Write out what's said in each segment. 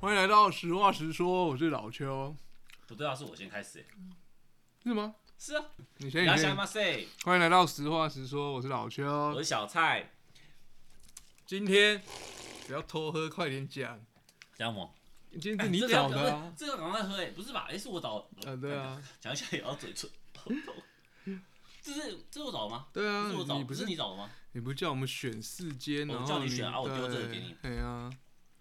欢迎来到实话实说，我是老邱，不对啊，是我先开始欸。是吗？是啊，你先，哎你你要先想。吗？谁？欢迎来到实话实说，我是老我邱是。小蔡。今天不要偷喝，快点讲。讲什么？今天是你找的、啊，这个赶快喝哎，不是吧？哎，是我找。呃，对。啊，讲一下也要嘴唇。这是这是我找的吗？对啊这是我，找，你不不是是你找的吗？你不是叫我们选四间，我然后叫你选啊我丢这个给你。对对啊，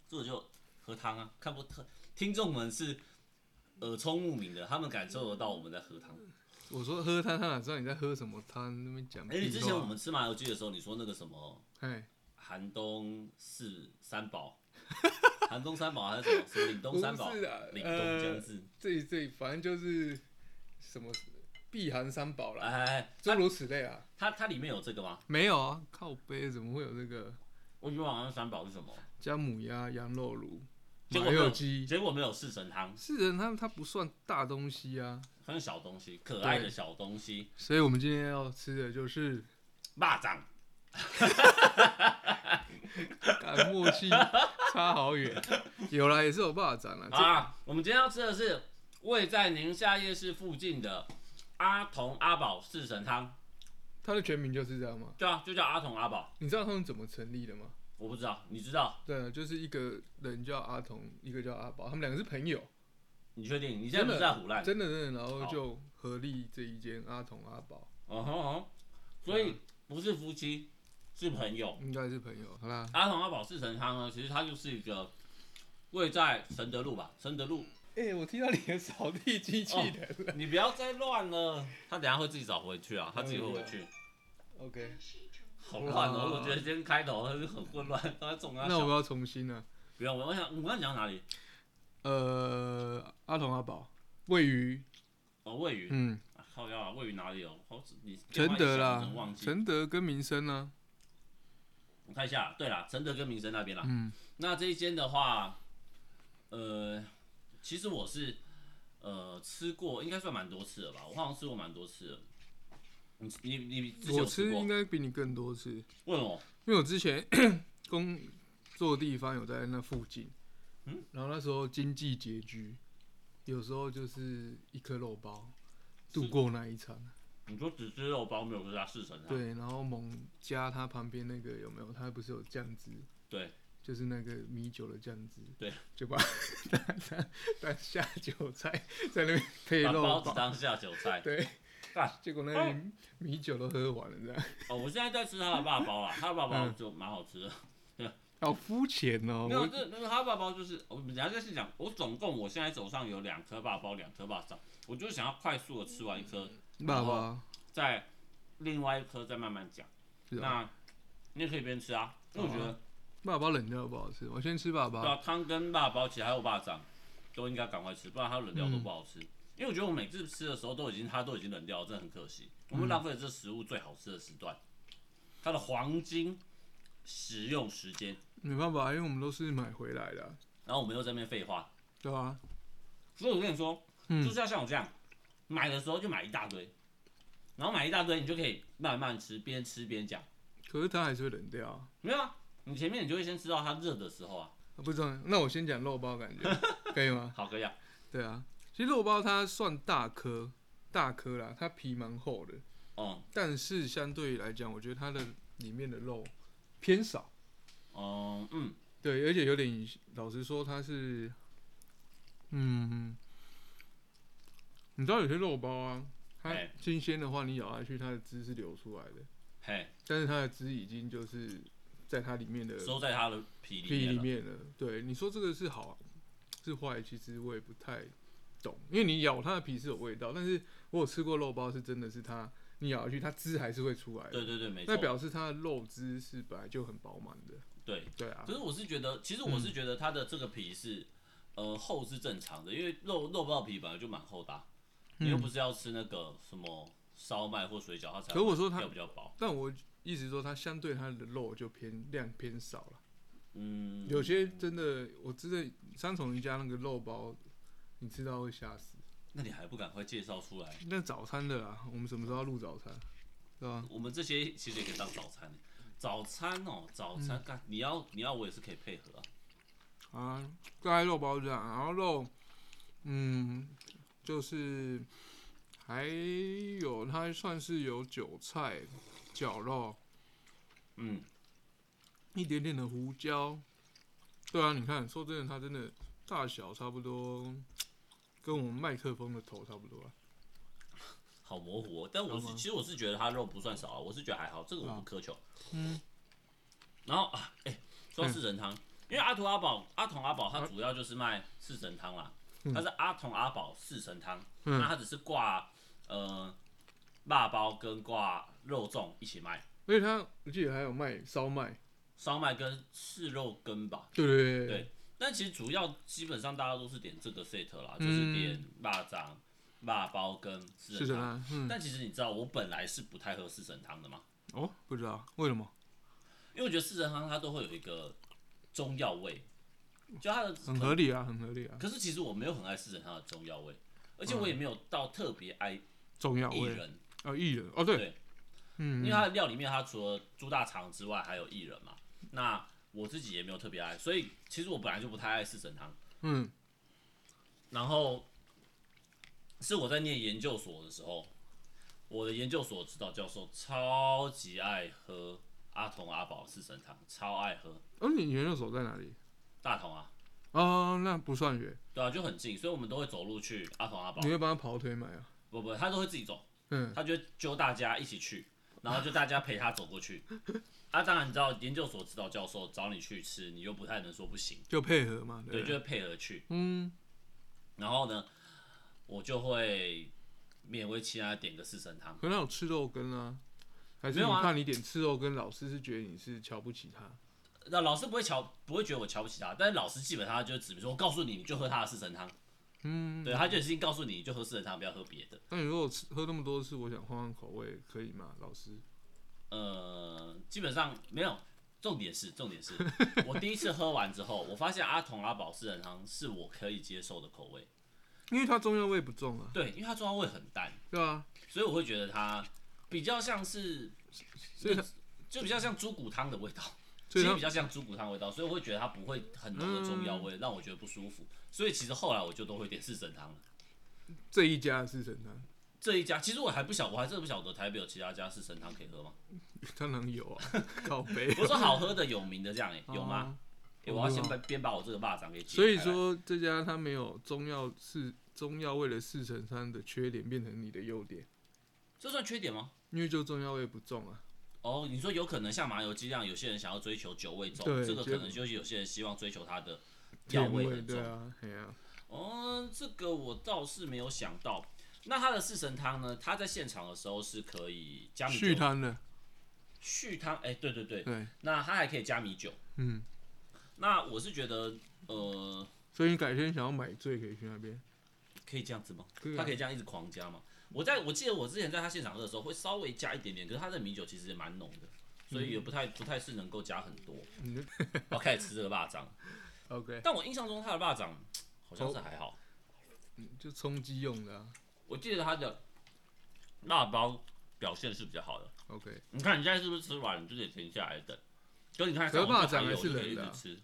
这我就喝汤啊，看不喝。听众们是耳聪目明的，他们感受得到我们在喝汤。我说喝汤，他哪知道你在喝什么汤？那边讲屁哎，话。你之前我们吃麻油鸡的时候，你说那个什么哎，寒冬是 三宝，寒冬三宝还是什么什么凛冬三宝不是啊？凛呃冬将至。这这反正就是什么避寒三宝啦，哎哎，哎诸如此类啊。它它里面有这个吗？没有啊，靠背怎么会有这个我以为好像三宝是什么，加母鸭、羊肉炉、结麻果没有油鸡？结果没有四神汤，是人他他不算大东西啊，它是小东西，可爱的小东西，所以我们今天要吃的就是蚂蚱。干默契差好远。有啦，也是有霸掌好啦。啦，我们今天要吃的是位在宁夏夜市附近的阿童阿宝四神汤，这它的全名就是这样吗？对啊，就叫阿童阿宝。你知道他们怎么成立的吗？我不知道，你知道？对啊，就是一个人叫阿童，一个叫阿宝，他们两个是朋友，你确定？你现在不是在胡哦乱？真的真的，然后好就合力这一间阿童阿宝，哦吼吼，所以不是夫妻，是朋友。应该是朋友。好啦，阿童阿宝四神汤呢，其实它就是一个位在承德路吧，承德路哎、我听到你的扫地机器人 了。 你不要再乱了，他等下会自己找回去啊，他自己会回去。 OK，好乱哇哦，我觉得今天开头很混乱，他总要那我想，要重新啊了。不要，我我想我刚刚讲哪里？呃，阿童阿宝位于哦，位于，嗯啊靠腰啊，位于哪里哦？好，你承德电话啦一响我真的忘，记。承德跟民生啊呢、我看一下，对啦，承德跟民生那边啦。嗯，那这一间的话，呃，其实我是呃吃过，应该算蛮多次了吧？我好像吃过蛮多次了。你你你之前我有吃过应？该比你更多次，因为什么？为我之前 工作地方有在那附近，嗯，然后那时候经济拮据，有时候就是一颗肉包度过那一场，你说只吃肉包没有吃它四神汤？对，然后猛加它旁边那个有没有？它不是有酱汁？对，就是那个米酒的酱汁，对， 就把 当当当下酒菜在那边配把肉包子包，当下酒菜。对干，结果那个米酒都喝完了，这样哦，我现在在吃他的爸包 啦，他的爸包嗯就蛮好吃的。好肤浅哦。没有，我这那个他的爸包就是我们等一下再细讲。我总共我现在手上有两颗爸包，两颗爸掌，我就是想要快速的吃完一颗，爸哦爸再另外一颗再慢慢讲。是啊，那你也可以边吃啊，因为我觉得爸爸冷掉不好吃，我先吃爸对爸。啊，汤跟爸包其实还有爸掌都应该赶快吃，不然它冷掉嗯都不好吃。因为我觉得我每次吃的时候都已经它都已经冷掉了，真的很可惜，我嗯们浪费了这食物最好吃的时段，它的黄金食用时间。没办法，因为我们都是买回来的啊，然后我们又在那边废话。对啊，所以我跟你说，嗯就是要像我这样，买的时候就买一大堆，然后买一大堆，你就可以慢慢吃，边吃边讲。可是它还是会冷掉啊。没有啊，你前面你就会先吃到它热的时候啊。啊不知道，那我先讲肉包感 觉可以吗？好，可以啊。对啊，其实肉包它算大颗，大颗啦，它皮蛮厚的，哦、但是相对来讲，我觉得它的里面的肉偏少。嗯，嗯对，而且有点，老实说，它是，嗯，你知道有些肉包啊，它哎新鲜的话，你咬下去，它的汁是流出来的，嘿，但是它的汁已经就是在它里面的收在它的皮里皮面里了。面了。对，你说这个是好是坏，其实我也不太懂，因为你咬它的皮是有味道，但是我有吃过肉包，是真的是它，你咬下去，它汁还是会出来的，对对对，没那错。表示它的肉汁是本来就很饱满的。对，对啊可，是我是觉得，其实我是嗯觉得它的这个皮是，呃，厚是正常的，因为肉肉包皮本来就蛮厚的啊、嗯你又不是要吃那个什么烧麦或水饺，它才可我说它要比较薄。但我一直说它相对它的肉就偏量偏少了。嗯，有些真的，我真的三重人家那个肉包，你吃到会吓死。那你还不赶快介绍出来？那早餐的啦，我们什么时候要录早餐？对吧、我们这些其实也可嗯以当早餐欸早餐哦，早餐干、你要你要我也是可以配合啊。啊？啊，大概肉包是这样，然后肉，嗯，就是还有它算是有韭菜、绞肉，嗯，一点点的胡椒。对啊，你看，说真的，它真的大小差不多，跟我们麦克风的头差不多啊。好模糊、哦。但我好是吗其实我是觉得它肉不算少啊，我是觉得还好，这个我不啊苛求。嗯，然后啊，哎、说到四神汤，因为阿图阿宝、阿童阿宝，他主要就是卖四神汤啦，啊嗯他是阿童阿宝四神汤，嗯那他只是挂呃腊包跟挂肉粽一起卖，而且它我记得还有卖烧麦，烧麦跟赤肉羹吧。对对对对但其实主要基本上大家都是点这个 set 啦，就是嗯点腊肠、腊包跟四是神的汤。啊，嗯，但其实你知道，我本来是不太喝四神汤的嘛，哦，不知道为什么，因为我觉得四神汤它都会有一个中药味，就它的很合理啊，很合理啊，可是其实我没有很爱四神汤的中药味，而且我也没有到特别爱重要薏味仁，嗯啊，薏仁哦，对对，因嗯为它的料里面它除了猪大肠之外还有薏仁嘛。那我自己也没有特别爱，所以其实我本来就不太爱四神汤。嗯然后是我在念研究所的时候，我的研究所指导教授超级爱喝阿童阿宝四神汤，超爱喝哦，你研究所在哪里？大同啊，哦，那不算远，对啊，就很近，所以我们都会走路去阿童阿宝你，会帮他跑腿买啊？不不，他都会自己走。嗯，他就揪大家一起去，然后就大家陪他走过去。 啊，当然你知道，研究所指导教授找你去吃，你又不太能说不行，就配合嘛，对对，不就对，会配合去。嗯，然后呢，我就会勉为其难地点个四神汤。可能有吃肉羹啊，还是没你有啊怕你点吃肉羹，老师是觉得你是瞧不起他？那老师不会瞧，不会觉得我瞧不起他，但是老师基本上他就会指明说，我告诉你，你就喝他的四神汤。嗯，对，他就已经告诉你，你就喝四神汤，不要喝别的。那你如果吃喝那么多次，我想换换口味，可以吗，老师？呃，基本上没有。重点是，重点 是我第一次喝完之后，我发现阿童阿宝四神汤是我可以接受的口味。因为它中药味不重啊，对，因为它中药味很淡，对啊，所以我会觉得它比较像是，所以它就比较像猪骨汤的味道，所以其实它比较像猪骨汤的味道，所以我会觉得它不会很浓的中药嗯味，让我觉得不舒服。所以其实后来我就都会点四神汤了。这一家的四神汤，这一家其实我还不晓，我还真的不晓得台北有其他家四神汤可以喝吗？ 当然有啊，靠背我说好喝的、有名的这样、欸，有吗？啊欸我要先我不把边把我这个蚂蚱给解开所来以，说这家它没有中药是中药味的四成三的缺点变成你的优点，这算缺点吗？因为就中药味不重啊。哦，你说有可能像麻油鸡这样，有些人想要追求酒味重，对这个可结能果就是有些人希望追求它的药甜味很重对。啊，哎呀、哦，这个我倒是没有想到。那它的四神汤呢？它在现场的时候是可以加啊，米续酒，摊的，续汤，哎、对对对，对，那它还可以加米酒。嗯，那我是觉得，呃，所以你改天想要买醉可以去那边，可以这样子吗？可以啊它可以这样一直狂加吗？我在我记得我之前在它现场喝的时候会稍微加一点点，可是它的米酒其实也蛮浓的，所以也不太不太是能够加很多。嗯 我开始吃这个蚂蚱， ，OK，但我印象中它的蚂 蚱好像是还好。就充饥用的、啊、我记得它的辣包表现是比较好的。 ，OK，你看你现在是不是吃完你就得停下来等？可是你看可是像我蚂们这蚱还有还是就可以冷的啊一直吃。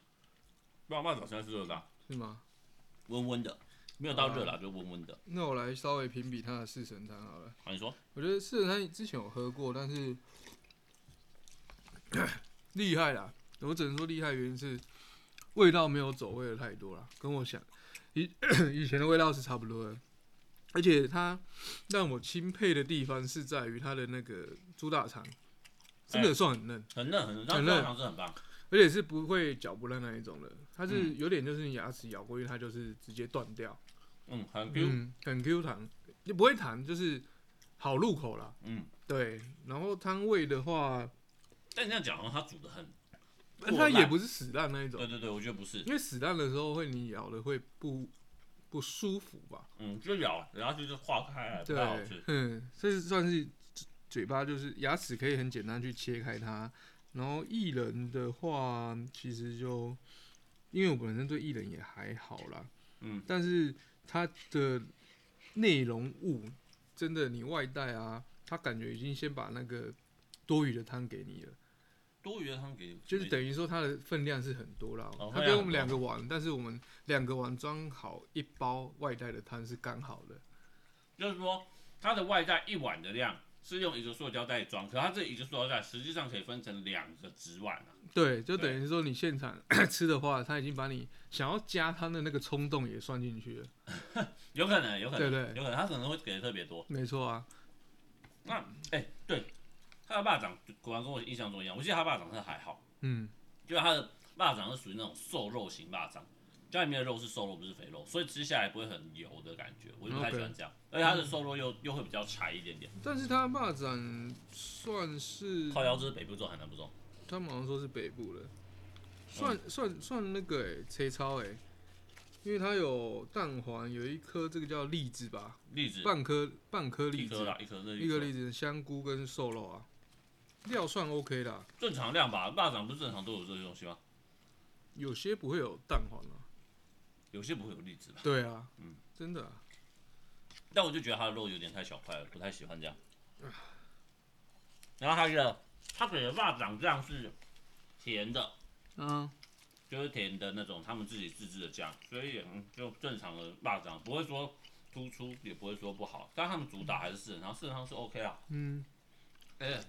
不然蚂蚱现在是热的啊，是吗？温温的，没有到热嗯啦，就温温的。那我来稍微评比它的四神汤好了，好，你说我觉得四神汤之前有喝过，但是 厉害啦，我只能说厉害，原因是味道没有走味的太多啦，跟我想以 以前的味道是差不多的。而且它让我钦佩的地方是在于它的那个猪大肠，真哎的算很嫩。很嫩很嫩，它很热嫩糖是很棒。而且是不会嚼不烂那一种的，它是有点就是你牙齿咬过去，它就是直接断掉，嗯，很 Q。嗯，很 Q 弹，就不会弹，就是好入口啦，嗯，对。然后汤味的话，但你这样讲，好像它煮的很，过它也烂不是死烂那一种对，对对，我觉得不是。因为死烂的时候会你咬的会不不舒服吧？嗯，就咬，然后就是化开来，不对太好吃。，嗯，这是算是嘴巴就是牙齿可以很简单去切开它。然后薏仁的话，其实就因为我本身对薏仁也还好啦，嗯，但是它的内容物真的你外带啊，它感觉已经先把那个多余的汤给你了，多余的汤给你们，就是等于说它的分量是很多啦哦。它跟我们分量很多两个碗，但是我们两个碗装好一包外带的汤是刚好的。就是说它的外带一碗的量是用一个塑胶袋装，可它这一个塑胶袋实际上可以分成两个纸碗啊。对，就对等于说你现场 吃的话，他已经把你想要加汤的那个冲动也算进去了。有可能，有可能，对对有可能，他可能会给的特别多。没错啊，那，哎、对，他的霸掌果然跟我印象中一样。我记得他霸掌是还好，嗯，因为他的霸掌是属于那种瘦肉型霸掌，家里面的肉是瘦肉，不是肥肉，所以吃下来不会很油的感觉，我就不太 OK 喜欢这样。而且它的瘦肉又又会比较柴一点点。但是他霸掌算是靠腰这是北部粽，海南部粽。他们好像说是北部的，算、算算那个哎、欸，切超哎、因为它有蛋黄，有一颗这个叫栗子吧，栗子半颗半颗一栗颗子，啦，一颗这一颗栗子，子，香菇跟瘦肉啊，料算 OK 啦，正常量吧。霸掌不是正常都有这些东西吗？有些不会有蛋黄啊，有些不会有栗子吧？对啊，嗯真的、啊，但我就觉得它的肉有点太小块了，不太喜欢这样。然后它的它给的霸掌酱是甜的，嗯，就是甜的那种他们自己自制的酱，所以嗯就正常的霸掌，不会说突出，也不会说不好。但他们主打还是四神汤，四神汤是 OK 啊。嗯，哎、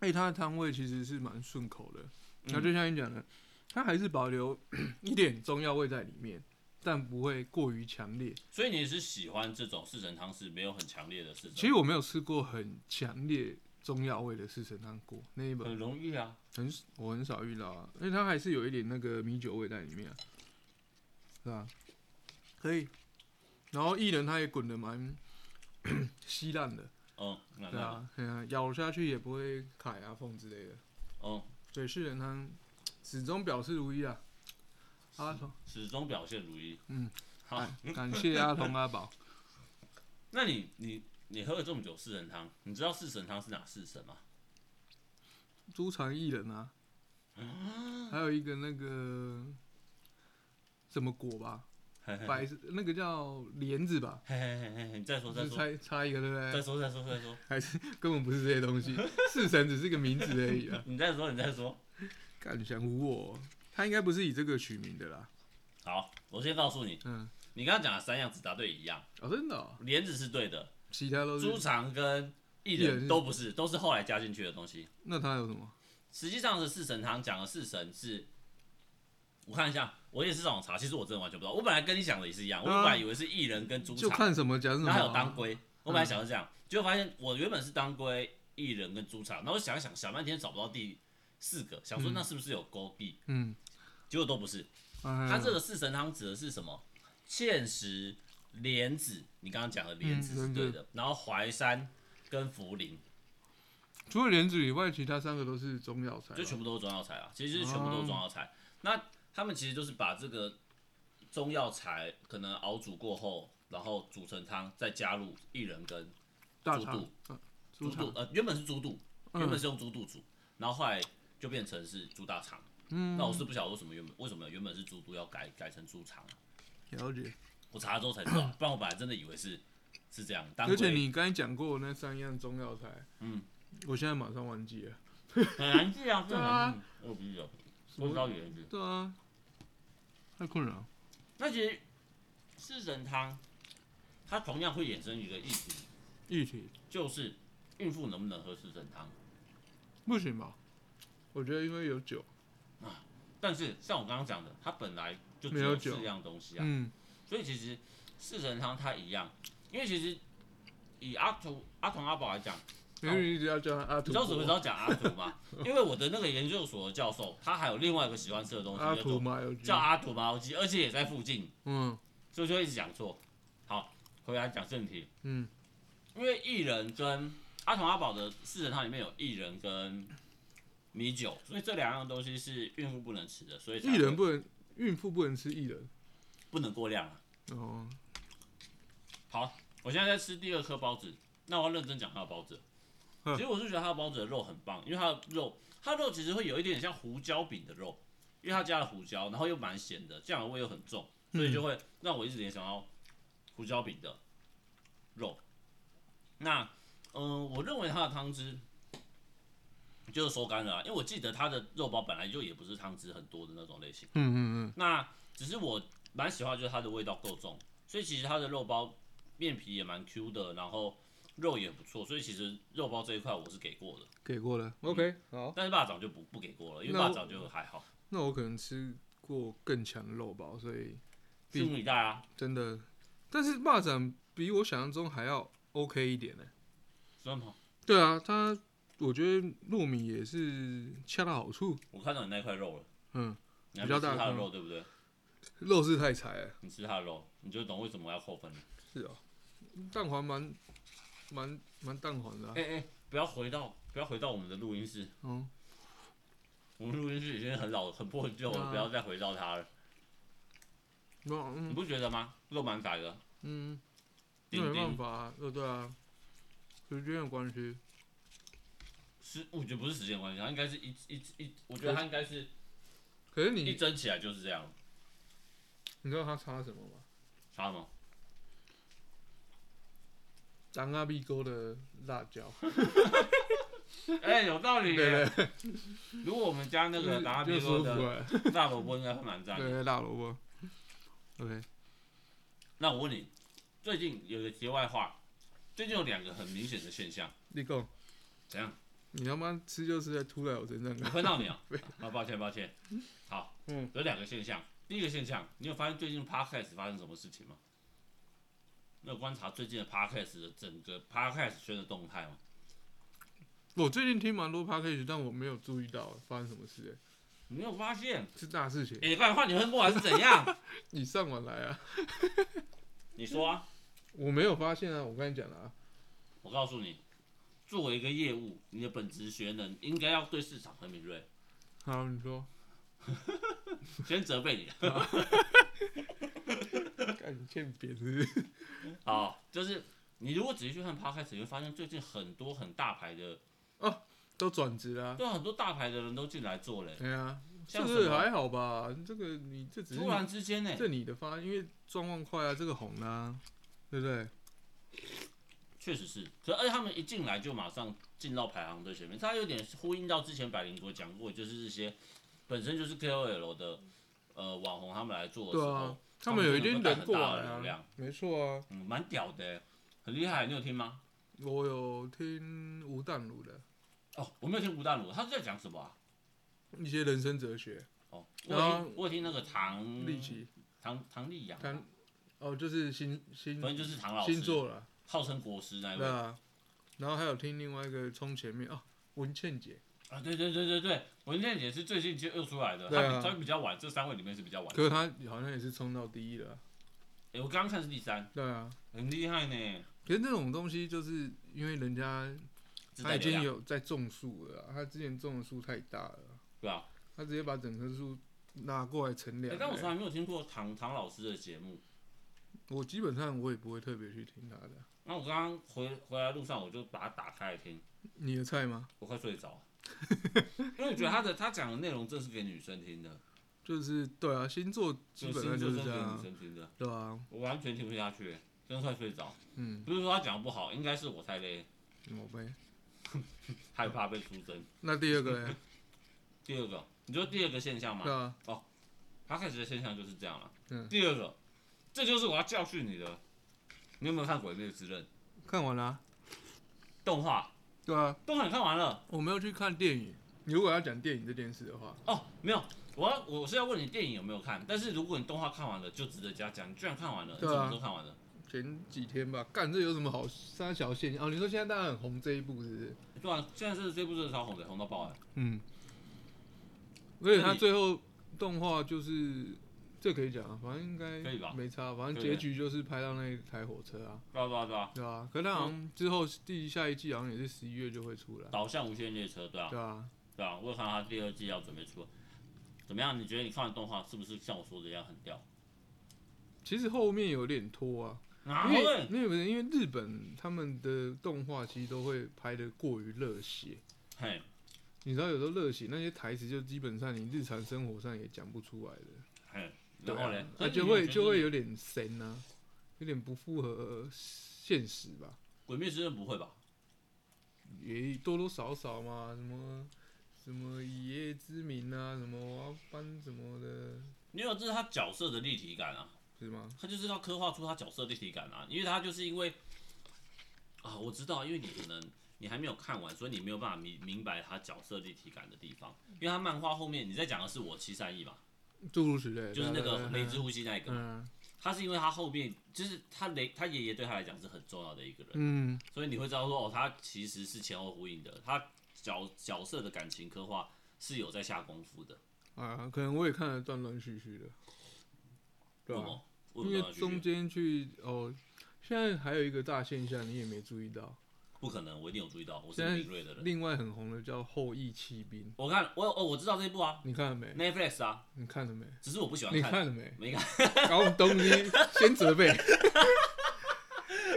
哎、它的汤味其实是蛮顺口的，嗯那、就像你讲的，它还是保留 一点中药味在里面，但不会过于强烈。所以你是喜欢这种四神汤是没有很强烈的四神，其实我没有吃过很强烈中药味的四神汤锅，那一本很容易啊。很我很少遇到啊，因为它还是有一点那个米酒味在里面、啊，是吧？可以。然后薏仁它也滚的蛮 稀烂的，嗯，那对那啊，对啊，咬下去也不会卡牙缝之类的。嗯，对，四神汤始终表示如一啊。阿童，始终表现如一。嗯，好，感感谢阿童阿宝。 那你你你喝了这么久四神汤，你知道四神汤是哪四神吗？猪肠薏仁啊，啊 还有一个那个什么果吧，嘿嘿白色那个叫莲子吧，嘿嘿嘿嘿嘿，你再哦说再是说差差一个对不再对？说再说再说，还是根本不是这些东西，四神只是个名字而已啊！ 你再说你再说。干你想唬我哦？他应该不是以这个取名的啦。好，我先告诉你，嗯，你刚刚讲的三样只答对一样，哦，真的、哦，莲子是对的，其他都猪是。肠跟薏薏仁仁是都不是，都是后来加进去的东西。那他有什么？实际上是四神汤讲的四神是，我看一下，我也是上网查，其实我真的完全不知道。我本来跟你想的也是一样，我对啊本来以为是薏仁跟猪就肠，看什么讲什么、然后啊。还有当归，我本来想是这样，结果发现我原本是当归、薏仁跟猪肠，然后我想一想想半天找不到第四个，想说那是不是有勾芡？嗯，结果都不是。哎它这个四神汤指的是什么？芡实、莲子，你刚刚讲的莲子是对的，然后淮山跟茯苓，除了莲子以外，其他三个都是中药材吧。就全部都是中药材啊，其实就是全部都是中药材。那他们其实就是把这个中药材可能熬煮过后，然后煮成汤，再加入薏仁跟大猪肠肚、猪肠，肚呃，原本是猪肚，原嗯本是用猪肚煮，然后后来就变成是猪大肠。嗯，那我是不晓得为什么原本为什么原本是猪肚要改改成猪肠啊，了解。我查了之后才知道，不然我本来真的以为是是这样。当而且归你刚才讲过那三样中药材，嗯，我现在马上忘记了。很难记啊，这对啊很难记，我不记得，不知道原因。对啊，太困扰。那其实四神汤，它同样会衍生一个议题，一体就是孕妇能不能喝四神汤？不行吧？我觉得因为有酒，但是像我刚刚讲的，它本来就只没有有酒四样东西啊，嗯，所以其实四神汤它一样，因为其实以阿图阿童阿宝来讲，因为你只要叫他阿你土知道什么时伯，候讲阿图吗？因为我的那个研究所的教授，他还有另外一个喜欢吃的东西阿叫土做麻油鸡叫，阿土麻油鸡，而且也在附近，嗯所以就一直讲错。好，回来讲正题，嗯，因为薏仁跟阿童阿宝的四神汤里面有薏仁跟米酒，所以这两样东西是孕妇不能吃的，所以才薏仁会不能，孕妇不能吃薏仁。不能过量啊。哦，好，我现在在吃第二颗包子，那我要认真讲它的包子。嗯其实我是觉得它的包子的肉很棒，因为它的肉，它的肉其实会有一点点像胡椒饼的肉，因为它加了胡椒，然后又蛮咸的，酱油味又很重，所以就会让我一直联想到胡椒饼的呃肉。那，嗯、我认为它的汤汁就是收干了啊、因为我记得它的肉包本来就也不是汤汁很多的那种类型，嗯嗯那只是我蛮喜欢，就是它的味道够重，所以其实它的肉包面皮也蛮 Q 的，然后肉也不错，所以其实肉包这一块我是给过的，嗯，给过了，OK，好，但是霸掌就不不给过了，因为哦那霸我掌就还好，那我可能吃过更强的肉包，所以拭目以待啊，真的，但是蚂蚱比我想象中还要 OK 一点呢、真的吗？对啊，它我觉得糯米也是恰到好处，我看到你那块肉了，嗯，你还比较没吃大嗯它的块肉对不对？肉是太柴了，你吃它的肉，你就懂为什么要扣分了。是哦，蛋黄蛮蛮蛮蛋黄的啊、哎、哎、不要回到不要回到我们的录音室，嗯，我们录音室已经很老很破旧了，啊不要再回到它了，那你嗯不觉得吗？肉蛮窄的，嗯，那丁没办丁法、啊，呃对啊，时间的关系，是我觉得不是时间关系，它应该是一一一，我觉得它应该是可是一你蒸起来就是这样，你知道它差什么吗？差吗？当阿鼻沟的辣椒，哎、有道理对耶。对，如果我们家那个达拉比就舒说服的了，辣萝卜应该会蛮赞的。对辣萝卜，OK，那我问你，最近有个题外话，最近有两个很明显的现象，立功，怎样？你他妈吃就是在吐在我身上 我啊，喷到你啊！啊，抱歉抱歉。好，嗯，有两个现象。第一个现象，你有发现最近 podcast 发生什么事情吗？你有观察最近的 podcast 的整个 podcast 圈的动态吗？我最近听蛮多 p a c k a g e 但我没有注意到发生什么事、欸你没有发现？欸，是大事情，哎、你快点换你喷过来是怎样？ 你上网来啊，你说啊。我没有发现啊，我跟你讲了啊，我告诉你，作为一个业务，你的本职学能应该要对市场很敏锐。好，你说，先责备 你，干你欠扁是 不是？好，就是你如果仔细去看 podcast，你会发现最近很多很大牌的，都转职啦，对，啊很多大牌的人都进来做嘞。对啊，这像什个么还好吧，这个你这只是突然之间呢，这你的发，因为状况快啊，这个红啦、对不对？确实是，可而且他们一进来就马上进到排行最前面，他有点呼应到之前百灵国讲过，就是这些本身就是 KOL 的呃网红他们来做的时对候，啊，他们有一定人过来哦他们真的会带很大的流啊量，没错啊，嗯，蛮屌的欸，很厉害，你有听吗？我有听吴淡如的哦，我没有听吴淡如，他是在讲什么啊？一些人生哲学，哦，我然有后听我有听那个唐立即唐唐丽阳，谈哦，就是新新反正就是唐老新师，作了，号称国师那一对位啊，啊，然后还有听另外一个冲前面哦，文倩姐，啊对对对对对，文倩姐是最近就又出来的，对啊她比她比较晚，这三位里面是比较晚。可是她好像也是冲到第一了啊，哎，我刚刚看是第三，对啊，很厉害呢，可是这种东西就是因为人家自他带已流经量有在种树了啊，他之前种的树太大了啊，对吧？他直接把整棵树拿过来乘哎凉，但我欸从来没有听过唐唐老师的节目。我基本上我也不会特别去听他的。那我刚刚回回来路上，我就把它打开来听，你的菜吗？我快睡着 了，因为我觉得他的他讲的内容正是给女生听的，就是对啊，星座基本上就就是是给这样女啊，生听的，对啊，我完全听不下去，真的快睡着。嗯，不是说他讲得不好，应该是我太累，我呗。害怕被出征。那第二 个嘞，第二个，你说第二个现象对嘛，啊，他开始的现象就是这样了。嗯第二个，这就是我要教训你的。你有没有看《鬼灭之刃》看完了啊、动画？对啊，动画你看完了？我没有去看电影。你如果要讲电影这件事的话，哦，没有，我要我是要问你电影有没有看，但是如果你动画看完了，就值得嘉奖。你居然看完了，你什对啊么时候看完的？前几天吧，干这有什么好三小现象？哦，你说现在大家很红这一部是不是？对啊，现在这这部真的超红的，红到爆了。嗯，而且那他你最后动画就是。这可以讲啊，反正应该可以啊吧没差，啊反正对结局就是拍到那一台火车啊，对啊对啊对啊，对啊，可是它好像之后第下一季好像也是十一月就会出来，导向无限列车，对啊对啊，对啊，我有看到他第二季要准备出了，怎么样？你觉得你看完动画是不是像我说的一样很屌？其实后面有点拖啊，哪因会为？因为因为日本他们的动画其实都会拍的过于热血，嘿，你知道有时候热血那些台词就基本上你日常生活上也讲不出来的，嘿，对然后嘞啊，可那是就你有会觉就得会《有点神啊，有点不符合现实吧，鬼灭之刃》不会吧？也多多少少嘛，什么什么以夜之名啊，什么我要搬什么的，因为这是他角色的立体感啊，是吗？他就是要刻画出他角色的立体感啊，因为他就是因为啊，我知道，因为你可能你还没有看完，所以你没有办法明明白他角色立体感的地方，因为他漫画后面你在讲的是我七三一嘛，诸如此类，就是那对个啊雷之呼吸那一个嘛，嗯他是因为他后面就是他雷他爷爷对他来讲是很重要的一个人，嗯，所以你会知道说哦，他其实是前后呼应的，他角角色的感情刻画是有在下功夫的，啊，可能我也看得断断续续的，对为什吧、么？为什因么为要中去？间去哦，现在还有一个大现象你也没注意到，不可能，我一定有注意到，我是现在敏锐的人。另外很红的叫《后羿骑兵》，我看我哦，我知道这一部啊你看了没？ ，Netflix 啊，你看了没？只是我不喜欢你看，看了没？没看， 搞懂东西先责备，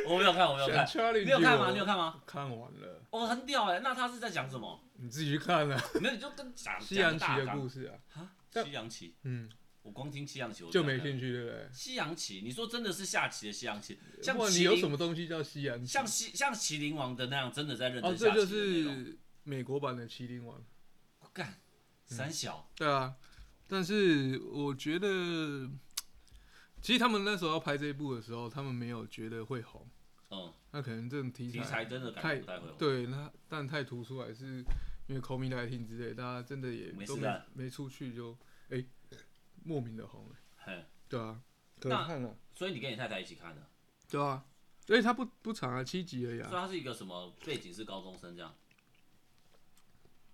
我没有看，我没有想看， c 你你有看吗？你有看吗？看完了，哦，很屌哎，那他是在讲什么？你自己去看了没有，你就跟讲西洋棋讲个的大纲故事啊，啊，西洋棋，嗯，我光听西洋棋我就没想看兴趣，对不对？西洋棋，你说真的是下棋的西洋棋，像哇，你麒有什麟，么东西叫西洋棋？像麒像麒麟王的那样，真的在认哦，真下这棋就的内容。是美国版的《麒麟王》。我干三小，对啊，但是我觉得，其实他们那时候要拍这一部的时候，他们没有觉得会红。嗯，那可能这种题题材，材真的感太觉不太会红。对，那但太突出来是因为 c o m i d i t 之类，大家真的也没事都啊没干没出去就哎、莫名的红了、嘿，对啊，可那看了。所以你跟你太太一起看的，对啊，所以它不不长啊，七集而已所以啊。他是一个什么背景是高中生这样，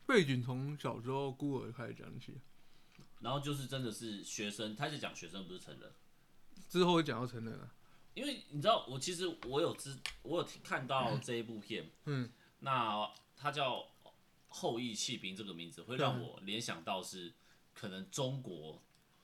背景从小时候孤儿开始讲起，然后就是真的是学生，他是讲学生不是成人。之后会讲到成人啊。因为你知道，我其实我有知，我有看到这一部片，嗯，那它叫《后羿弃兵》这个名字，会让我联想到是可能中国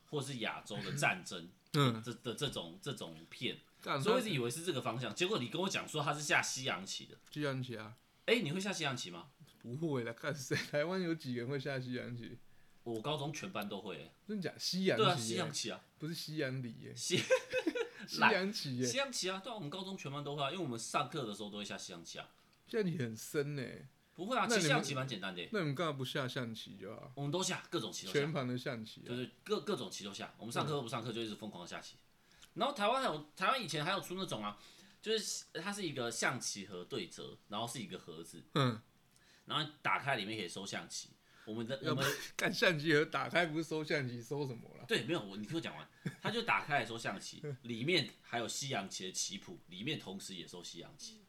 或是亚洲的战 争嗯，这的这种这种片，干所以我一它直以为是这个方向，结果你跟我讲说它是下西洋棋的，西洋棋啊，哎，你会下西洋棋吗？不会的，看谁 台湾有几个人会下西洋棋？我高中全班都会、欸，真假西洋对啊，棋西耶、洋棋啊，不是西洋里耶、西 西洋棋欸耶、西洋棋啊，对啊，我们高中全班都会啊，因为我们上课的时候都会下西洋棋啊，西洋棋很深呢、不会啊，那你们其实西洋棋蛮简单的欸、那你们干嘛不下象棋就好？我们都下各种棋都下。全盘的象棋、啊就，是各各种棋都下，我们上课都不上课，就一直疯狂的下棋。然后台湾还有台湾以前还有出那种啊，就是它是一个象棋盒对折，然后是一个盒子，嗯，然后打开里面可以收象棋。我们的要我不们干象棋盒打开不是收象棋，收什么啦？对没有我你听我讲完，他就打开来收 象棋，里面还有西洋棋的棋谱，里面同时也收西洋棋，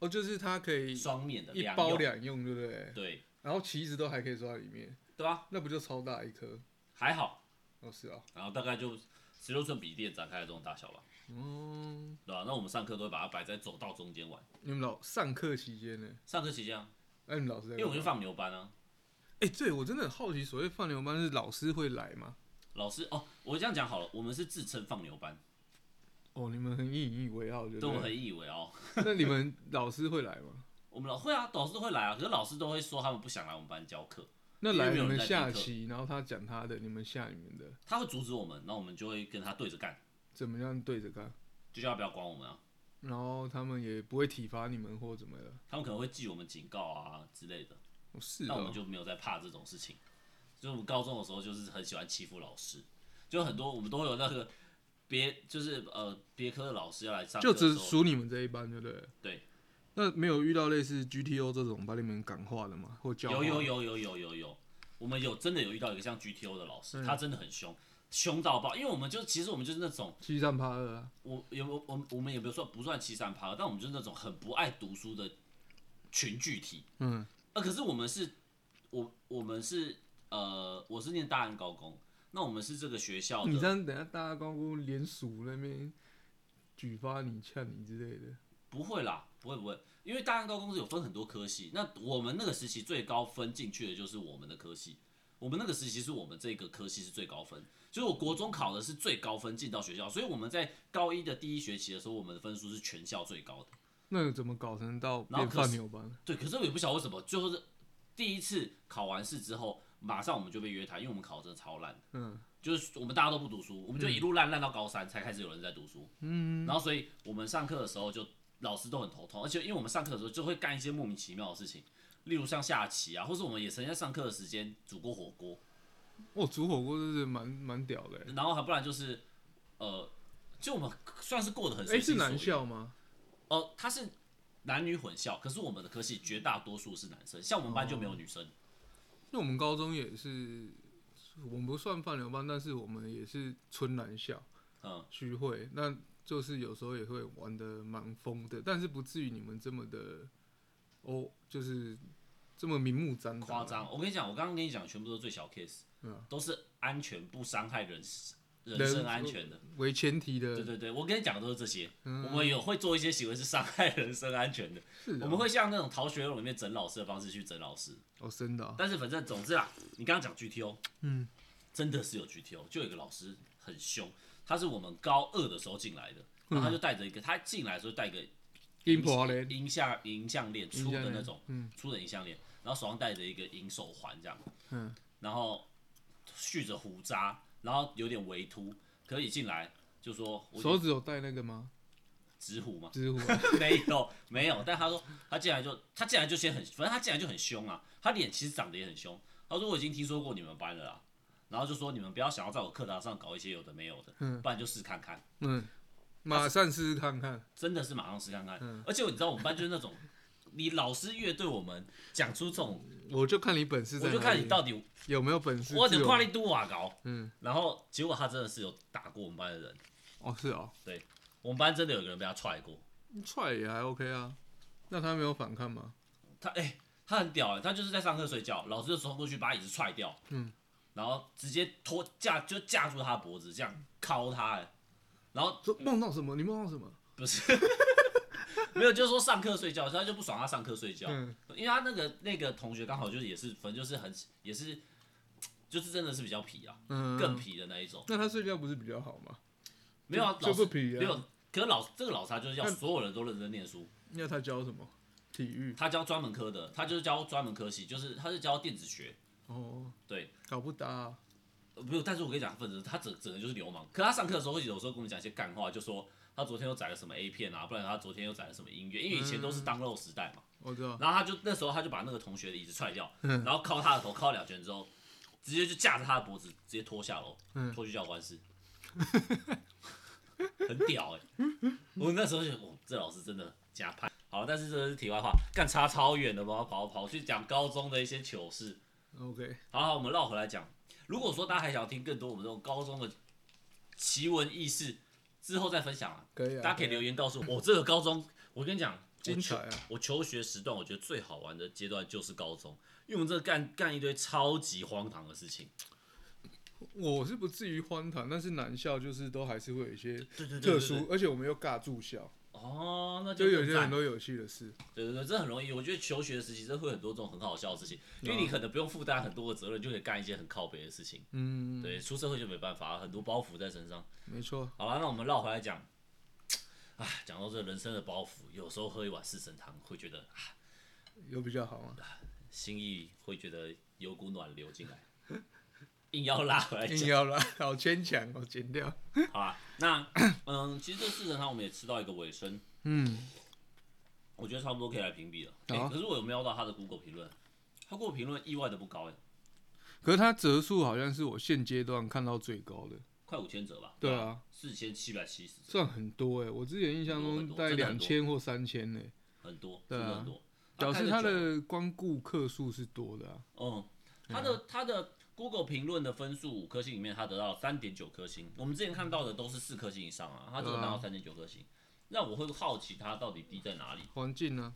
哦，就是它可以双面的一两包用两用，对不对？对然后棋子都还可以收在里面，对啊，那不就超大一颗？还好，哦，是啊，然后大概就十六寸笔电展开的这种大小吧，嗯，对吧、那我们上课都会把它摆在走道中间玩，你们老上课期间呢？上课期间啊，那、你们老师在因干嘛？为我们就放牛班啊。哎、对我真的很好奇，所谓放牛班是老师会来吗？老师哦，我这样讲好了，我们是自称放牛班，哦，你们很引以为傲，对对我不很对？引以为傲。那你们老师会来吗？我们老会啊，老师会来啊，可是老师都会说他们不想来我们班教课，那因为来没你有们人在下听课棋，然后他讲他的，你们下你们的，他会阻止我们，然后我们就会跟他对着干，怎么样对着干？就叫他不要管我们啊。然后他们也不会体罚你们或怎么的。他们可能会记我们警告啊之类的，哦是那我们哦，就没有在怕这种事情。所以我们高中的时候就是很喜欢欺负老师，就很多我们都会有那个别就是呃别科的老师要来上课就的时候，只属你们这一班，对不对？对。那没有遇到类似 GTO 这种把你们感化的吗？或教化有有有有有有有，我们有真的有遇到一个像 GTO 的老师，他真的很凶，凶到爆。因为我们就其实我们就是那种，七三八二啊？我有我我我们也不算不算欺善怕恶，但我们就是那种很不爱读书的群聚体。嗯，啊，可是我们是，我我们是呃，我是念大安高工，那我们是这个学校你这的，样等下大家光顾联署那边举发你、呛你之类的。不会啦，不会不会，因为大安高工是有分很多科系，那我们那个时期最高分进去的就是我们的科系，我们那个时期是我们这个科系是最高分，就是我国中考的是最高分进到学校，所以我们在高一的第一学期的时候，我们的分数是全校最高的。那怎么搞成到然后变可饭是牛班？对，可是我也不晓得为什么，最后是第一次考完试之后，马上我们就被约谈，因为我们考得真的超烂，嗯，就是我们大家都不读书，我们就一路烂烂到高三才开始有人在读书，嗯，然后所以我们上课的时候就老师都很头痛，而且因为我们上课的时候就会干一些莫名其妙的事情，例如像下棋啊，或是我们也曾在上课的时间煮过火锅，哦，煮火锅真是蛮蛮屌的欸。然后还不然就是呃，就我们算是过得很哎，随是心所男欲。校吗？哦、他是男女混校，可是我们的科系绝大多数是男生，像我们班就没有女生。哦因为我们高中也是，我们不算饭流班，但是我们也是春男校嗯，聚会，那就是有时候也会玩的蛮疯的，但是不至于你们这么的哦，就是这么明目张胆啊夸。张。我跟你讲，我刚刚跟你讲，全部都是最小 case，、嗯都是安全不伤害人人人嗯身安全的。为前提的，对对对，我跟你讲的都是这些。嗯我们有会做一些行为是伤害人身安全的，是我啊们会像那种逃学笼里面整老师的方式去整老师。哦，真的啊、但是反正总之啦，你刚刚讲 GTO，嗯，真的是有 GTO，就有一个老师很凶，他是我们高二的时候进来的，嗯然后他就带着一个，他进来的时候带一个金破嘞，银项银项链粗银项的链那种，嗯粗的银项链，然后手上戴着一个银手环这样，嗯，然后蓄着胡渣，然后有点微秃，可以进来就说我手指有戴那个吗？直胡嘛，知乎啊、 没有没有，但他说他进来就他进来就先很，反正他进来就很凶啊，他脸其实长得也很凶。他说我已经听说过你们班了啦，啊然后就说你们不要想要在我课堂上搞一些有的没有的，不然就试看看， 嗯，马上试试看看。真的是马上试看看。而且你知道我们班就是那种，你老师越对我们讲出这种，我就看你本事在我哪里，就看你到底有没有本事自我。哦我得跨力度瓦搞，嗯，然后结果他真的是有打过我们班的人，哦，是哦，我们班真的有个人被他踹过，踹也还 OK 啊。那他没有反抗吗？他哎、他很屌哎、他就是在上课睡觉，老师就冲过去把椅子踹掉，嗯，然后直接拖架就架住他脖子这样敲他哎、然后说梦到什么？你梦到什么？不是 没有就是说上课睡觉，他就不爽他上课睡觉，嗯因为他那个那个同学刚好就是也是反正就是很也是就是真的是比较皮啊，嗯，更皮的那一种，那他睡觉不是比较好吗？没有啊，就老不师皮没啊。有，可是老这个老师他就是要那所有人都认真念书。那他教什么？体育他教专门科的，他就是教专门科系，就是他是教电子学，哦，对，搞不搭、啊。呃不是，但是我跟你讲，他本质他整整个就是流氓。可他上课的时候，会有时候跟我们讲一些干话，就说他昨天又载了什么 A 片啊，不然他昨天又载了什么音乐，因为以前都是当肉时代嘛。我知道，然后他就那时候他就把那个同学的椅子踹掉，然后敲他的头，敲两拳之后，直接就架着他的脖子，直接拖下楼，拖去教官室， 很屌哎、我那时候就觉得，哦，这老师真的加派。好，但是这是题外话，干差超远的嘛，跑跑去讲高中的一些糗事。 OK，好好，我们绕回来讲。如果说大家还想要听更多我们这种高中的奇闻异事，之后再分享啊。可以啊。大家可以留言告诉我，我这个高中，我跟你讲，我精彩求啊我求学时段，我觉得最好玩的阶段就是高中，因为我们这干干一堆超级荒唐的事情。我是不至于荒唐，但是男校就是都还是会有一些对对对特对殊，而且我们又尬住校，哦，那就就有更些很赞多有趣的事。对对对，这很容易。我觉得求学时期真的会很多这种很好笑的事情，因为你可能不用负担很多的责任，就可以干一些很靠北的事情。嗯，对，出社会就没办法，很多包袱在身上。没错。好了，那我们绕回来讲，哎，讲到这人生的包袱，有时候喝一碗四神汤，会觉得啊有比较好吗？心意会觉得有股暖流进来，硬要拉回来硬讲。要啦，好牵强哦，剪掉。 好啦，那嗯，其实这四神汤我们也吃到一个尾声，嗯，我觉得差不多可以来评比了。哎、好啊可是我有瞄到他的 Google 评论，他 Google 评论意外的不高哎、可是它折数好像是我现阶段看到最高的。快五千折吧？对，啊，四千七百七十，算很多哎、我之前印象很中多大概真的很两多千或三千呢，很多，对真啊的很多。表示它看得久了的光顾客数是多的啊。嗯，他的他的 Google 评论的分数五颗星里面，他得到三点九颗星。我们之前看到的都是四颗星以上啊，他只有拿到三点九颗星。那我会好奇他到底低在哪里？环境呢、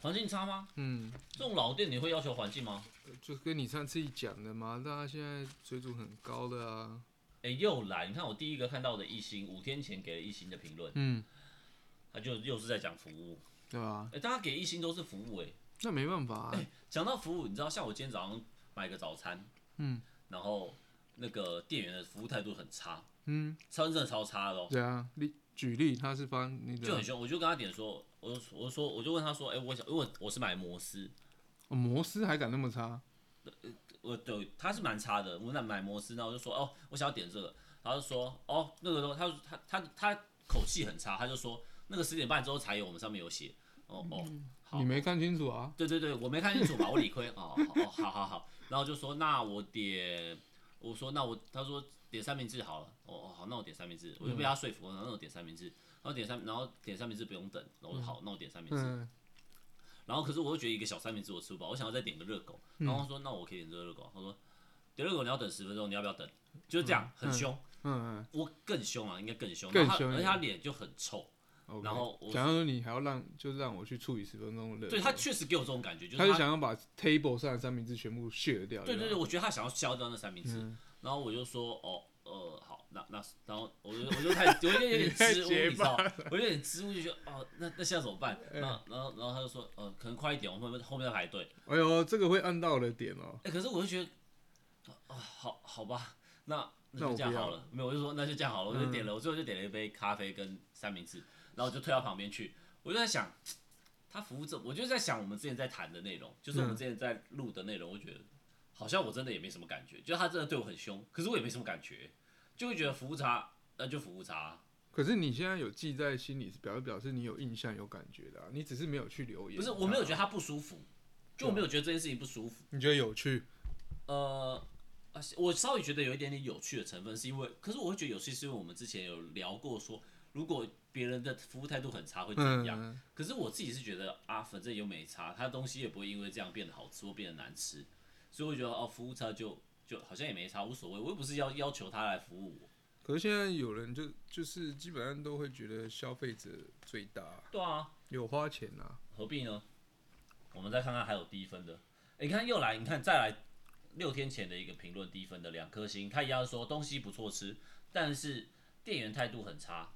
环境差吗？嗯，这种老店你会要求环境吗？就跟你上次讲的嘛，大家现在水准很高的啊。哎、又来！你看我第一个看到的一星，五天前给了一星的评论，嗯，他就又是在讲服务。对啊哎、，大家给一星都是服务哎、那没办法、 啊，讲到服务，你知道像我今天早上买个早餐，嗯，然后那个店员的服务态度很差，嗯，超真的超差的哦。对啊。你举例，他是帮你就的很凶，我就跟他点说，我就我就说我就问他说，哎、我想，因为我我是买摩斯，哦摩斯还敢那么差？我对他是蛮差的，我那买摩斯，然后我就说，哦，我想要点这个，然后就说，哦，那个东西，他就他他他口气很差，他就说那个十点半之后才有，我们上面有写，哦哦，好你，没看清楚啊？对对对，我没看清楚嘛，我理亏哦哦哦，好好好，然后就说那我点，我说那我他说点三明治好了，哦哦好，那我点三明治，我就被他说服，然后那我点三明治，然后点三然后点三明治不用等，然后我说好，那我点三明治，嗯，然后可是我又觉得一个小三明治我吃不饱，我想要再点个热狗，然后他说嗯那我可以点热狗，他说点热狗你要等十分钟，你要不要等？就是这样，很凶，嗯我更凶啊，应该更凶，更然后他凶一而且点他脸就很臭，嗯，然后我假如你还要让，就是让我去处理十分钟的热，对他，确实给我这种感觉，就是他就想要把 table 上的三明治全部卸掉，对对对，吧，我觉得他想要消掉那三明治，嗯然后我就说哦呃好，那那然后我就我就开始我就有点支 吾，你太结嗯你知道，我就有点支吾，就觉得哦那那现在怎么 办？然后然后然后他就说呃可能快一点，我们后面后面要排队。哎呦，这个会按到我的点哦，哎、可是我就觉得啊、好好吧，那那那我就这样不要好了，没有我就说那就这样好了，我就嗯点了，我最后就点了一杯咖啡跟三明治，然后就推到旁边去，我就在想。他服务这，我就在想我们之前在谈的内容，就是我们嗯之前在录的内容，我觉得好像我真的也没什么感觉，就是他真的对我很凶，可是我也没什么感觉，就会觉得服务差，那、就服务差，啊可是你现在有记在心里，表示表示你有印象、有感觉的、啊，你只是没有去留言。啊不是我没有觉得得，他不舒服，就我没有啊觉得这件事情不舒服，你觉得有趣？呃，啊我稍微觉得有一点点有趣的成分，是因为，可是我会觉得有趣，是因为我们之前有聊过说，如果别人的服务态度很差会怎么样。嗯，可是我自己是觉得啊，反正又没差，他的东西也不会因为这样变得好吃或变得难吃，所以我觉得哦，服务差就就好像也没差，无所谓，我又不是要要求他来服务我。可是现在有人就就是基本上都会觉得消费者最大，对啊，有花钱啊，何必呢？我们再看看还有低分的，诶你看又来，你看再来六天前的一个评论低分的两颗星，他一样说东西不错吃，但是店员态度很差。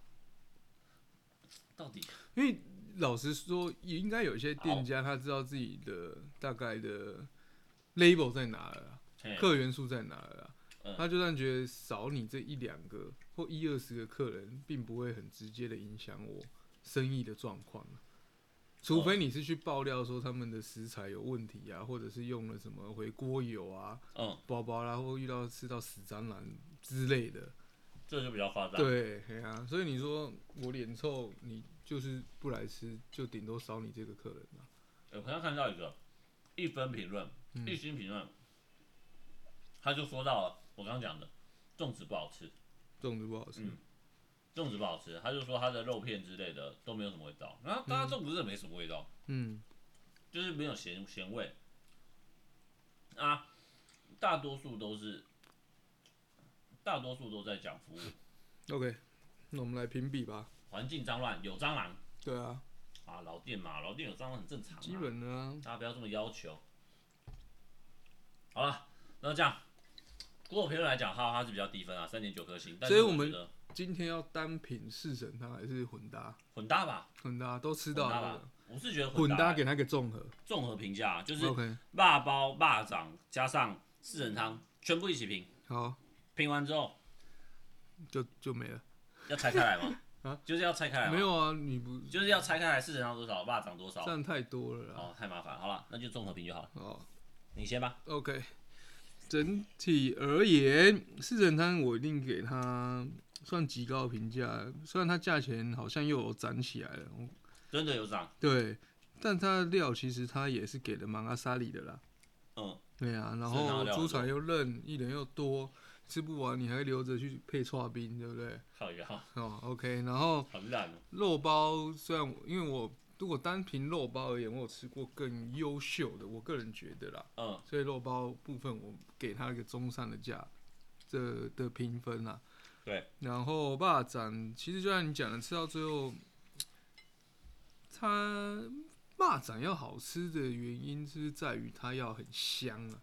到底因为老实说，也应该有一些店家他知道自己的大概的 label 在哪了啊、嘿客源数在哪了啊、嗯他就算觉得少你这一两个或一二十个客人，并不会很直接的影响我生意的状况啊、除非你是去爆料说他们的食材有问题啊，或者是用了什么回锅油啊、嗯，包包啦、或遇到吃到死蟑螂之类的，这就比较夸张。对，嘿啊，所以你说我脸臭，你就是不来吃，就顶多少你这个客人啊。我刚刚看到一个一分评论，一星评论，他就说到了我刚刚讲的粽子不好吃，粽子不好吃，嗯粽子不好吃，他就说它的肉片之类的都没有什么味道。然后大家粽子真的没什么味道，嗯就是没有咸咸味啊，大多数都是大多数都在讲服务， o k 那我们来评比吧。环境脏乱，有蟑螂对啊，啊，老店嘛，老店有蟑螂很正常、啊，基本的啊，大家不要这么要求。好了，那这样，郭我评论来讲，哈，它是比较低分啊，三点九颗星，但是所以我觉们得今天要单品四神汤还是混搭？混搭吧，混搭都吃混到搭了吧，，我是觉得嗯混搭搭给他一个综合综合评价啊，就是，OK，辣包、霸掌加上四神汤，全部一起评，好，评完之后。就就没了。要拆开来吗？就是要拆开来啊吗？没，有啊，你不就是要拆开来，四成长多少，霸长多少这。样太多了啦。哦，太麻烦，好了，那就综合评就好了。哦你先吧。 ，OK，整体而言，四神汤我一定给它算极高的评价，虽然它价钱好像又有涨起来了，我真的有涨，对，但它的料其实它也是给了蛮阿萨里的啦。嗯，对啊，然所以它的后料猪很多肠又嫩，一人又多，吃不完你还留着去配刨冰，对不对？靠一个哈，哦，OK，然后很烂哦。肉包虽然我因为我如果单凭肉包而言，我有吃过更优秀的，我个人觉得啦，嗯，所以肉包部分我给它一个中上的价这的评分啦。对，然后霸掌其实就像你讲的，吃到最后，它霸掌要好吃的原因是在于它要很香啊，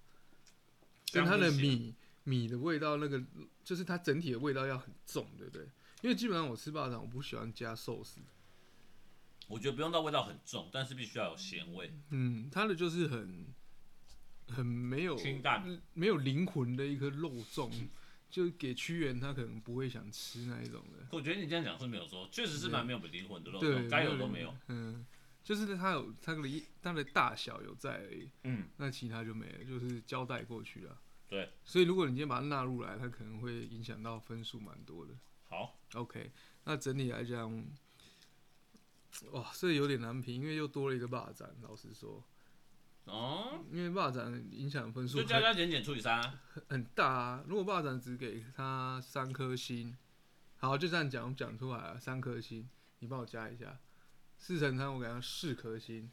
跟它的香不行米米的味道那个，就是它整体的味道要很重，对不对？因为基本上我吃霸掌，我不喜欢加寿司，我觉得不用到味道很重，但是必须要有咸味。嗯，它的就是很很没有清淡嗯没有灵魂的一颗肉粽，就给屈原他可能不会想吃那一种的，我觉得你这样讲是没有错，确实是蛮没有灵魂的肉对，粽，该有都没有灵。，嗯，就是它有它的一它的大小有在而已，嗯，那其他就没了，就是交代过去了。对，所以如果你今天把它纳入来，它可能会影响到分数蛮多的。好， OK，那整体来讲，哇，这有点难评，因为又多了一个霸展。老实说，哦，因为霸展影响分数就很加加减减除以三、啊，很大啊。如果霸展只给他三颗星，好，就这样讲讲出来了，三颗星，你帮我加一下，四乘三我给他四颗星，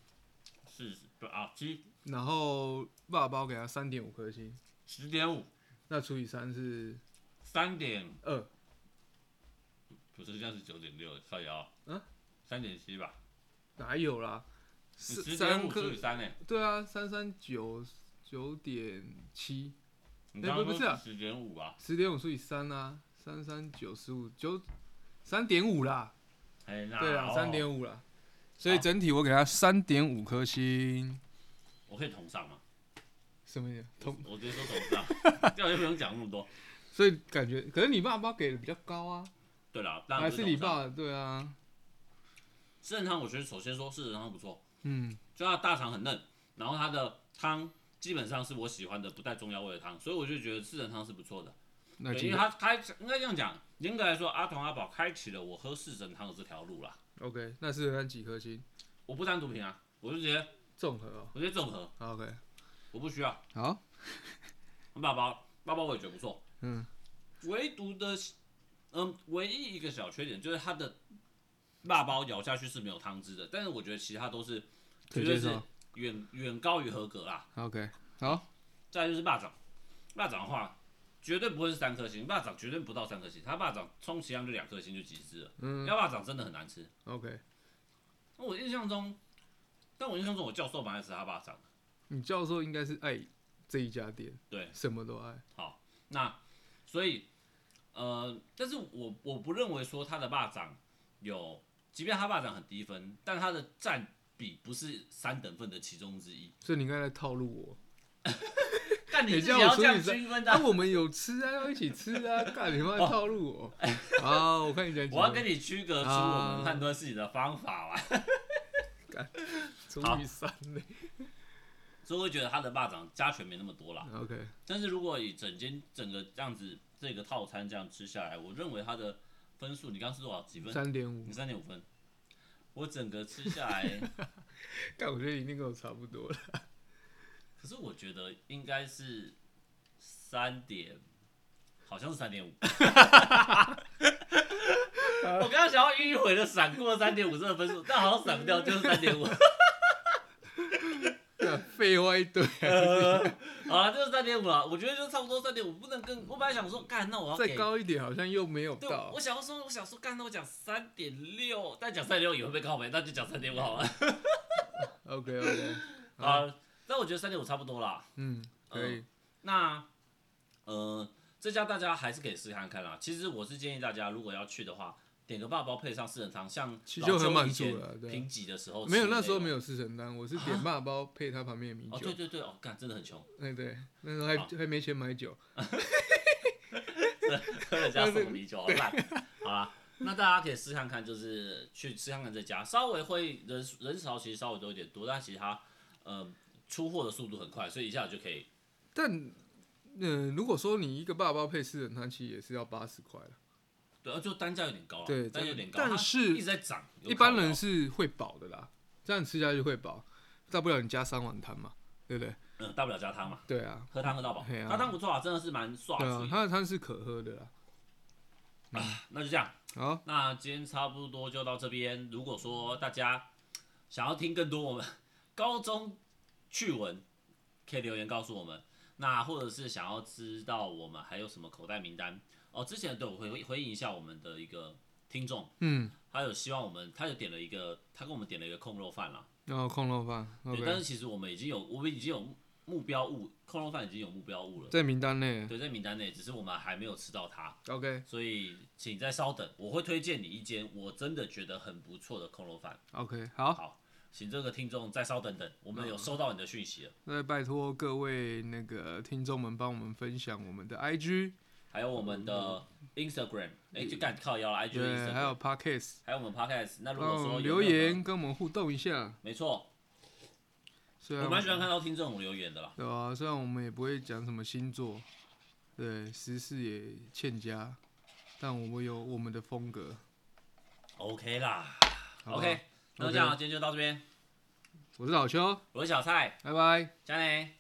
是不啊？七然后霸包给他三点五颗星，十点五，那除以三是三点二，不是这样是九点六，少瑶，嗯，三点七吧，哪有啦？四十点三五除颗以三呢、对啊，三三九九点七，你刚刚不是啊说十点五啊？十点五除以三啊，三三九十五九三点五啦，哎，那对啊，哦三点五啦，所以整体我给他三点五颗星。我可以同上吗？什么意思？同我直接说同 上，这样就不用讲那么多。所以感觉，可是你爸爸给的比较高啊，对啦，当还然是你爸？对啊，四神汤，我觉得首先说四神汤不错，嗯就它的大肠很嫩，然后它的汤基本上是我喜欢的不带中药味的汤，所以我就觉得四神汤是不错的。那对，今因为天它开应该这样讲，严格来说，阿童阿宝开启了我喝四神汤的这条路啦。 OK，那是三几颗星？我不单独品啊，我就直接综合哦我直接综合，好，OK，我不需要。好，爸爸爸爸我也觉得不错，嗯唯独的，嗯，唯一一个小缺点就是它的辣包咬下去是没有汤汁的，但是我觉得其他都是可绝以对接是受远远高于合格啦。 ，OK，好，再来就是霸掌，霸掌的话绝对不会是三颗星，霸掌绝对不到三颗星，它霸掌充其量就两颗星就极致了。嗯要霸掌真的很难吃。 ，OK，那我印象中，但我印象中我教授蛮爱吃他霸掌的。你教授应该是爱这一家店，对，什么都爱，那所以，呃，但是我我不认为说他的霸掌有，即便他霸掌很低分，但他的占比不是三等份的其中之一。所以你刚才在套路 我。但你自己等一下我要处这理样一下均分的那、啊、啊、我们有吃啊，要一起吃 啊！干，你妈在套路我 啊！我看你讲几个，哦我要跟你区隔出我啊们判断事情的方法啊啦，除以三嘞。 所以会觉得他的霸掌加权没那么多啦。 OK，但是如果以整间整个这样子这个套餐这样吃下来，我认为他的分数，你刚刚是多少几分？三点五你，三点五分。我整个吃下来，但我觉得一定跟我差不多了。可是我觉得应该是三点，好像是 三点五。 我刚刚想要迂回的闪过三点五这个分数，但好像闪不掉，就是三点五。干 废话一堆，啊 呃好了，就是三点五了。我觉得就差不多三点五，不能更。我本来想说，干，那我要再给。高一点好像又没有对，到我。想要说，我想说，干，那我讲三点六，但讲三点六也会被告白，那就讲三点五好了。 OK OK，好，啊，那我觉得三点五差不多啦。嗯，可以，那呃，这家大家还是可以试看看啦。其实我是建议大家，如果要去的话，点个霸包配上四神汤，像其实就很老邱满以前足了对啊评级的时候没有吃的那时候没种。有四神单，我是点霸包配他旁边的米哦，对酒。对对，哦，干，真的很穷，哎对，那时候还好还没钱买酒。喝人家送的米酒，好 烂。好啦，那大家可以试看看，就是去吃看看这家，稍微会人人潮其实稍微都有点多，但其实它呃出货的速度很快，所以一下子就可以。但嗯，如果说你一个霸包配四神汤，其实也是要八十块了。对，呃就单价有点高了，对单价有点高，但它是一直在涨。有哦一般烤肉人是会饱的啦，这样吃下去会饱，大不了你加三碗汤嘛，对不对？嗯，大不了加汤嘛，对啊，喝汤喝到饱，嘿啊它汤不错啊，真的是蛮爽对啊脆，的。嗯它的汤是可喝的啦。那就这样，好，那今天差不多就到这边。如果说大家想要听更多我们高中趣闻，可以留言告诉我们。那或者是想要知道我们还有什么口袋名单哦，之前对我回回应一下我们的一个听众，嗯，他有希望我们，他有点了一个，他跟我们点了一个控肉饭啦。然后空肉饭对，但，OK，是其实我们已经有，我们已经有目标物，控肉饭已经有目标物了。在名单内对，在名单内，只是我们还没有吃到它， ，OK，OK，、所以请再稍等，我会推荐你一间我真的觉得很不错的空肉饭。好，好，请这个听众再稍等等，我们有收到你的讯息了，那拜托各位那个听众们帮我们分享我们的 IG，还有我们的 Instagram，哎、就干靠腰了，IG 的嗯对，还 Instagram，有 Podcast，还有我们 Podcast。那如果帮我说们有留任何言，跟我们互动一下。没错，虽我然蛮喜欢看到听众留言的啦。对啊，虽然我们也不会讲什么星座，对，时事也欠佳，但我们有我们的风格。 OK 啦好不好哦，OK，那这样今天就到这边，我是老邱，我是小蔡，拜拜。加内。